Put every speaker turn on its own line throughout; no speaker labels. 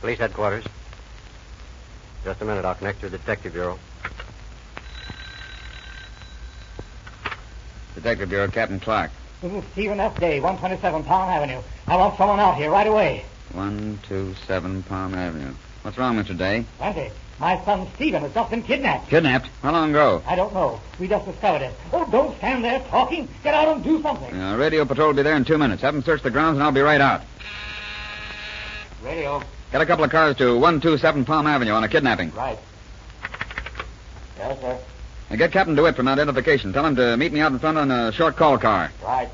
Police headquarters. Just a minute. I'll connect to the Detective Bureau.
Detective Bureau, Captain Clark.
This is Stephen F. Day, 127 Palm Avenue. I want someone out here right away.
127 Palm Avenue. What's wrong, Mr. Day?
Plenty. My son Stephen has just been kidnapped.
Kidnapped? How long ago?
I don't know. We just discovered it. Oh, don't stand there talking. Get out and do something.
Uh, radio patrol will be there in two minutes. Have them search the grounds, and I'll be right out.
Radio.
Get a couple of cars to 127 Palm Avenue on a kidnapping.
Right. Yes, sir.
Now get Captain DeWitt from identification. Tell him to meet me out in front on a short call car.
Right.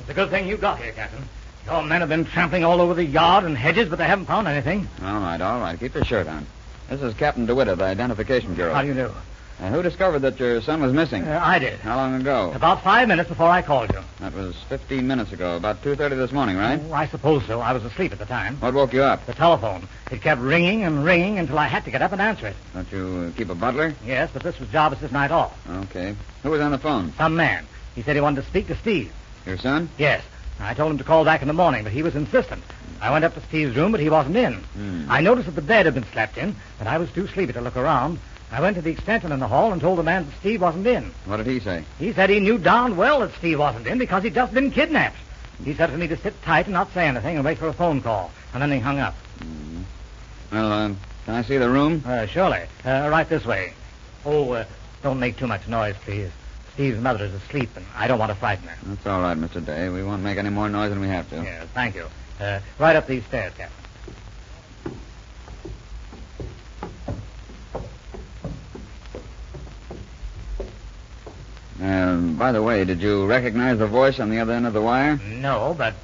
It's a good thing you got here, Captain. Your men have been trampling all over the yard and hedges, but they haven't found anything.
All right, all right. Keep your shirt on. This is Captain DeWitt of the Identification Bureau.
How do you do?
Uh, who discovered that your son was missing?
Uh, I did.
How long ago?
About five minutes before I called you.
That was 15 minutes ago, about 2.30 this morning, right?
Oh, I suppose so. I was asleep at the time.
What woke you up?
The telephone. It kept ringing and ringing until I had to get up and answer it.
Don't you uh, keep a butler?
Yes, but this was Jarvis's night off.
Okay. Who was on the phone?
Some man. He said he wanted to speak to Steve.
Your son?
Yes. I told him to call back in the morning, but he was insistent. I went up to Steve's room, but he wasn't in.
Hmm.
I noticed that the bed had been slept in, but I was too sleepy to look around. I went to the extension in the hall and told the man that Steve wasn't in.
What did he say?
He said he knew darn well that Steve wasn't in because he'd just been kidnapped. He said for me to sit tight and not say anything and wait for a phone call, and then he hung up.
Hmm. Well, uh, can I see the room?
Uh, surely. Uh, right this way. Oh, uh, don't make too much noise, please. Steve's mother is asleep, and I don't want to frighten her.
That's all right, Mr. Day. We won't make any more noise than we have to.
Yes, thank you. Uh, right up these stairs, Captain.
Um, by the way, did you recognize the voice on the other end of the wire?
No, but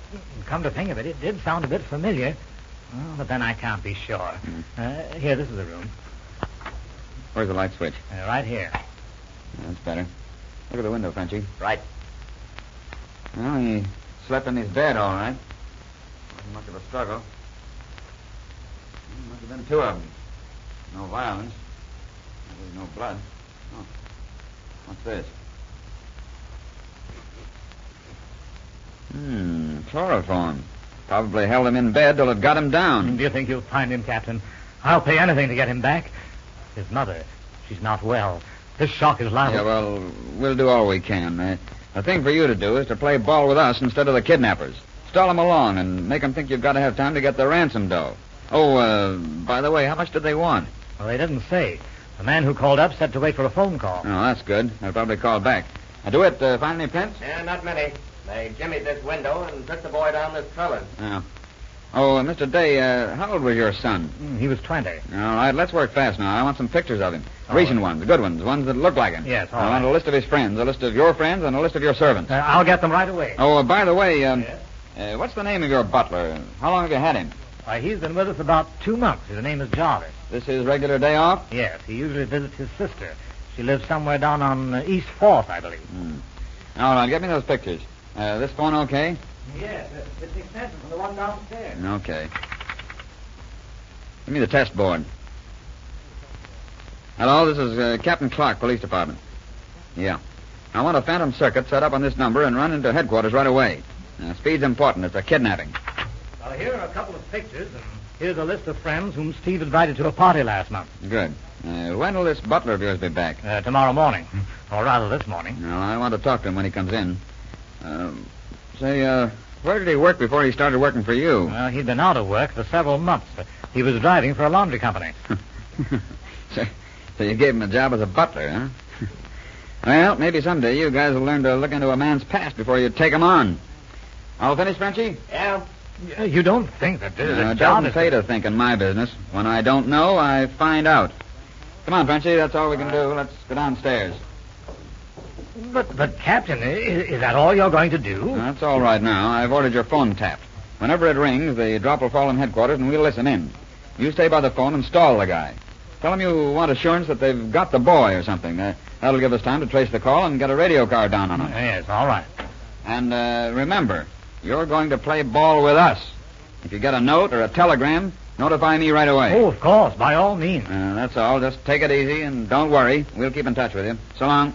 come to think of it, it did sound a bit familiar. Well, but then I can't be sure.
Hmm.
Uh, here, this is the room.
Where's the light switch?
Uh, right here.
That's better. Look at the window, Frenchy.
Right.
Well, he slept in his bed, all right. Wasn't much of a struggle. There must have been two of them. No violence. There was no blood. Oh. What's this? Hmm, chloroform. Probably held him in bed till it got him down.
Hmm, Do you think you'll find him, Captain? I'll pay anything to get him back. His mother, she's not well. This shock is liable.
Yeah, well, we'll do all we can. Uh, the thing for you to do is to play ball with us instead of the kidnappers. Stall 'em along and make 'em think you've got to have time to get the ransom dough. Oh, uh, by the way, how much did they want?
Well, they didn't say. The man who called up said to wait for a phone call.
Oh, that's good. They'll probably call back. Uh, do it. Uh, find any pence?
Yeah, not many. They jimmied this window and took the boy down this cellar.
Yeah. Oh, uh, Mr. Day, uh, how old was your son?
Mm, He was 20.
All right, let's work fast now. I want some pictures of him.
All
Recent
right.
ones, good ones, ones that look like him.
Yes, all
I want
right.
a list of his friends, a list of your friends, and a list of your servants.
Uh, I'll get them right away.
oh, uh, by the way, um,
Yes?
uh, what's the name of your butler? How long have you had him?
Why, he's been with us about two months. His name is Jarvis.
This his regular day off?
Yes, he usually visits his sister. She lives somewhere down on uh, East Fourth, I believe.
Hmm. All right, get me those pictures. Uh, this phone okay?
Yes, it's an extension from the one downstairs.
Okay. Give me the test board. Hello, this is uh, Captain Clark, Police Department. Yeah. I want a phantom circuit set up on this number and run into headquarters right away. Uh, speed's important. It's a kidnapping.
Well, here are a couple of pictures, and here's a list of friends whom Steve invited to a party last month.
Good. Uh, when will this butler of yours be back?
Uh, tomorrow morning. Or rather, this morning.
Well, I want to talk to him when he comes in. Um, say, uh, where did he work before he started working for you?
Well, he'd been out of work for several months. He was driving for a laundry company.
so, so you gave him a job as a butler, huh? well, maybe someday you guys will learn to look into a man's past before you take him on. All finished, Frenchie?
Yeah.
Y- You don't think that this is
Uh,
a
it
job?
doesn't pay to think in my business. When I don't know, I find out. Come on, Frenchie, that's all we can do. Let's go downstairs.
But, but Captain, i- is that all you're going to do?
That's all right now. I've ordered your phone tapped. Whenever it rings, the drop will fall in headquarters and we'll listen in. You stay by the phone and stall the guy. Tell him you want assurance that they've got the boy or something. Uh, that'll give us time to trace the call and get a radio car down on him.
Yes, all right.
And uh, remember, You're going to play ball with us. If you get a note or a telegram, notify me right away.
Oh, of course, by all means.
Uh, that's all. Just take it easy and don't worry. We'll keep in touch with you. So long.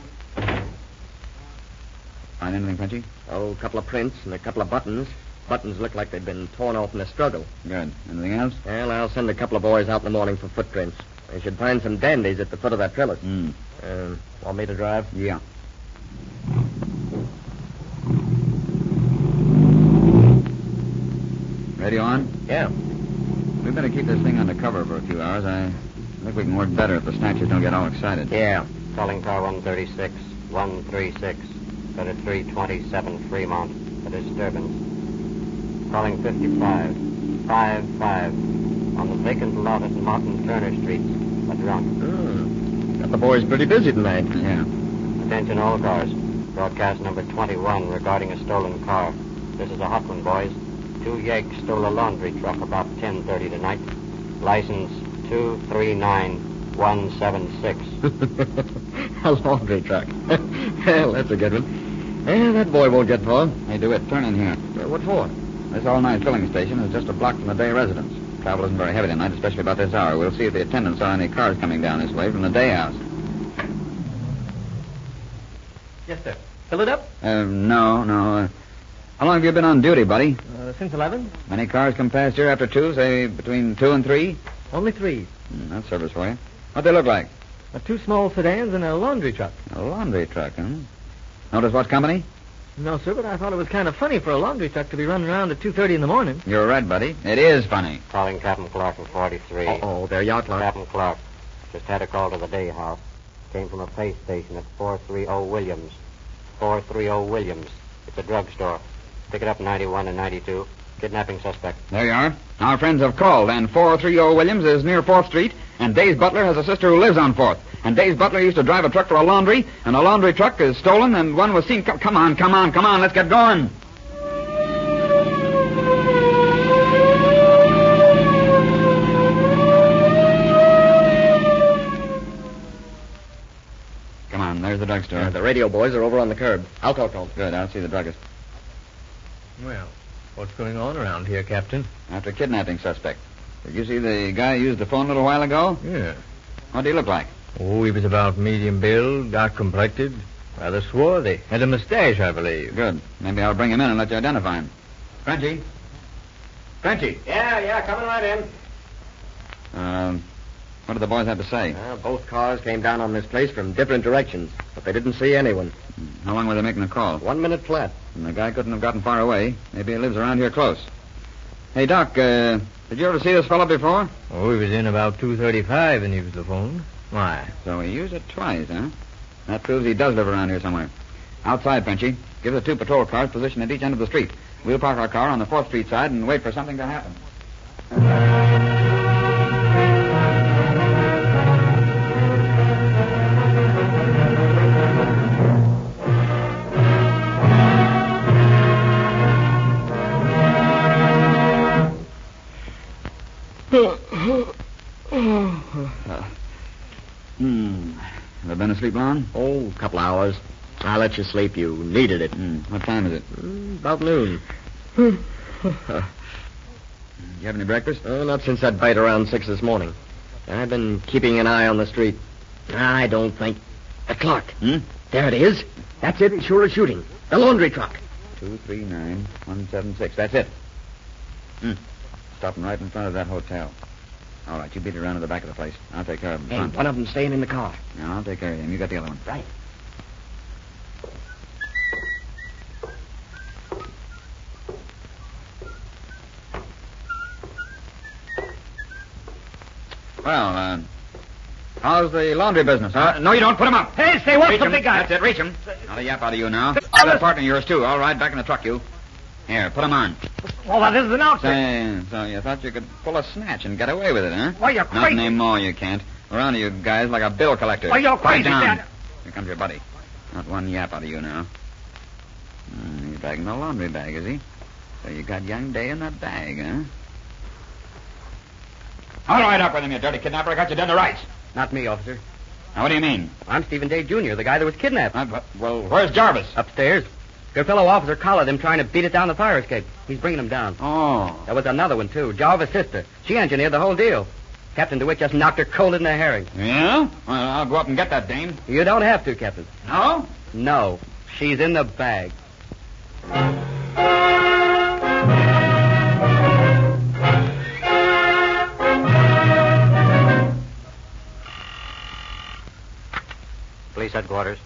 Find anything, Frenchy?
Oh, a couple of prints and a couple of buttons. Buttons look like they've been torn off in a struggle.
Good. Anything else?
Well, I'll send a couple of boys out in the morning for footprints. They should find some dandies at the foot of that trellis.
Hmm.
Uh, want me to drive?
Yeah. Radio on?
Yeah.
We better keep this thing under cover for a few hours. I think we can work better if the snatchers don't get all excited.
Yeah. Calling car 136, 136. That is 327 Fremont. A disturbance. Calling 55, 55. On the vacant lot at Martin Turner Street. A drunk. Hmm. Got the boys pretty busy tonight.
Yeah.
Attention all cars. Broadcast number 21 regarding a stolen car. This is a hot one, boys. Two yeggs stole a laundry truck about 10.30 tonight. License 239176.
a laundry truck. well, that's a good one. Eh, that boy won't get far.
Hey, do it. Turn in here.
Uh,
what for?
This all-night filling station is just a block from the day residence. Travel isn't very heavy tonight, especially about this hour. We'll see if the attendants saw any cars coming down this way from the day house.
Yes, sir. Fill it up?
Uh, no, no. Uh, how long have you been on duty, buddy?
Uh, since 11?
Many cars come past here after two, say between two and three?
Only three.
Mm, that's service for you. What they look like?
Uh, two small sedans and a laundry truck.
A laundry truck, huh? Notice what company?
No, sir, but I thought it was kind of funny for a laundry truck to be running around at 2.30 in the morning.
You're right, buddy. It is funny.
Calling Captain Clark of 43.
Oh, there you are, Clark.
Captain Clark. Just had a call to the day house. Came from a pay station at 430 Williams. 430 Williams. It's a drugstore. Pick it up 91 and 92. Kidnapping suspect.
There you are. Our friends have called, and 430 Williams is near 4th Street, and Dave's butler has a sister who lives on 4th. And Dave's butler used to drive a truck for a laundry, and a laundry truck is stolen, and one was seen. Come, come on, come on, come on, let's get going. Come on, there's the drugstore.
Uh, the radio boys are over on the curb. I'll talk to them.
Good, I'll see the druggist.
Well, what's going on around here, Captain?
After kidnapping suspect. Did you see the guy who used the phone a little while ago?
Yeah.
What do he look like?
Oh, he was about medium build, dark complected, rather swarthy. Had a mustache, I believe.
Good. Maybe I'll bring him in and let you identify him. Frenchy? Frenchy?
Yeah, yeah, coming right in.
Um, what did the boys have to say?
Uh, both cars came down on this place from different directions, but they didn't see anyone.
How long were they making the call?
One minute flat.
And the guy couldn't have gotten far away. Maybe he lives around here close. Hey, Doc, uh, did you ever see this fellow before?
Oh, he was in about 2.35 and he was the phone. Why?
So he used it twice, huh? That proves he does live around here somewhere. Outside, Frenchy. Give the two patrol cars position at each end of the street. We'll park our car on the 4th Street side and wait for something to happen. Uh, Hmm. Have I been asleep long?
Oh, a couple hours. I let you sleep. You needed it.
Hmm. What time is it? Hmm,
Mm, about noon.
You have any breakfast?
Oh, not since that bite around six this morning. I've been keeping an eye on the street. I don't think. The clock.
Hmm?
There it is. That's it. It's Sure as shooting. The laundry truck.
Two three nine one seven six. That's it. Hmm. Stopping right in front of that hotel. All right, you beat it around to the back of the place. I'll take care of him.
And one of them staying in the car.
No, I'll take care of him. You got the other one.
Right.
Well, uh, how's the laundry business?
Uh,
Huh? no, Oh, you don't. Put him up.
Hey, say, what's
Reach
the
him.
big guy?
That's it. Reach him. Not a yap out of you now.
Honest-
That partner of yours, too. All right, back in the truck, you. Here, put him on.
Oh, well, this is an outfit.
Say, so you thought you could pull a snatch and get away with it, huh?
Why, you're
Not
crazy.
anymore, you can't. Around you guys like a bill collector.
Why, you're
Quiet
crazy,
down.
Dad.
Here comes your buddy. Not one yap out of you now. Hmm, he's bagging the laundry bag, is he? So you got young Day in that bag, huh? All right, up with him, you dirty kidnapper. I got you down to rights.
Not me, officer.
Now, what do you mean?
I'm Stephen Day, Jr., the guy that was kidnapped.
Uh, well, where's Jarvis?
Upstairs. Fellow officer collared him trying to beat it down the fire escape. He's bringing him down.
Oh.
There was another one, too. Jarvis' sister. She engineered the whole deal. Captain DeWitt just knocked her cold in the herring.
Yeah? Well, I'll go up and get that dame.
You don't have to, Captain.
No?
No. She's in the bag. Police headquarters.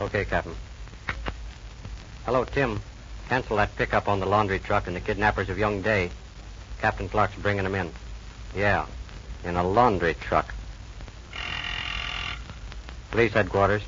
Okay, Captain. Hello, Tim. Cancel that pickup on the laundry truck and the kidnappers of Young Day. Captain Clark's bringing them in. Yeah, in a laundry truck. Police headquarters.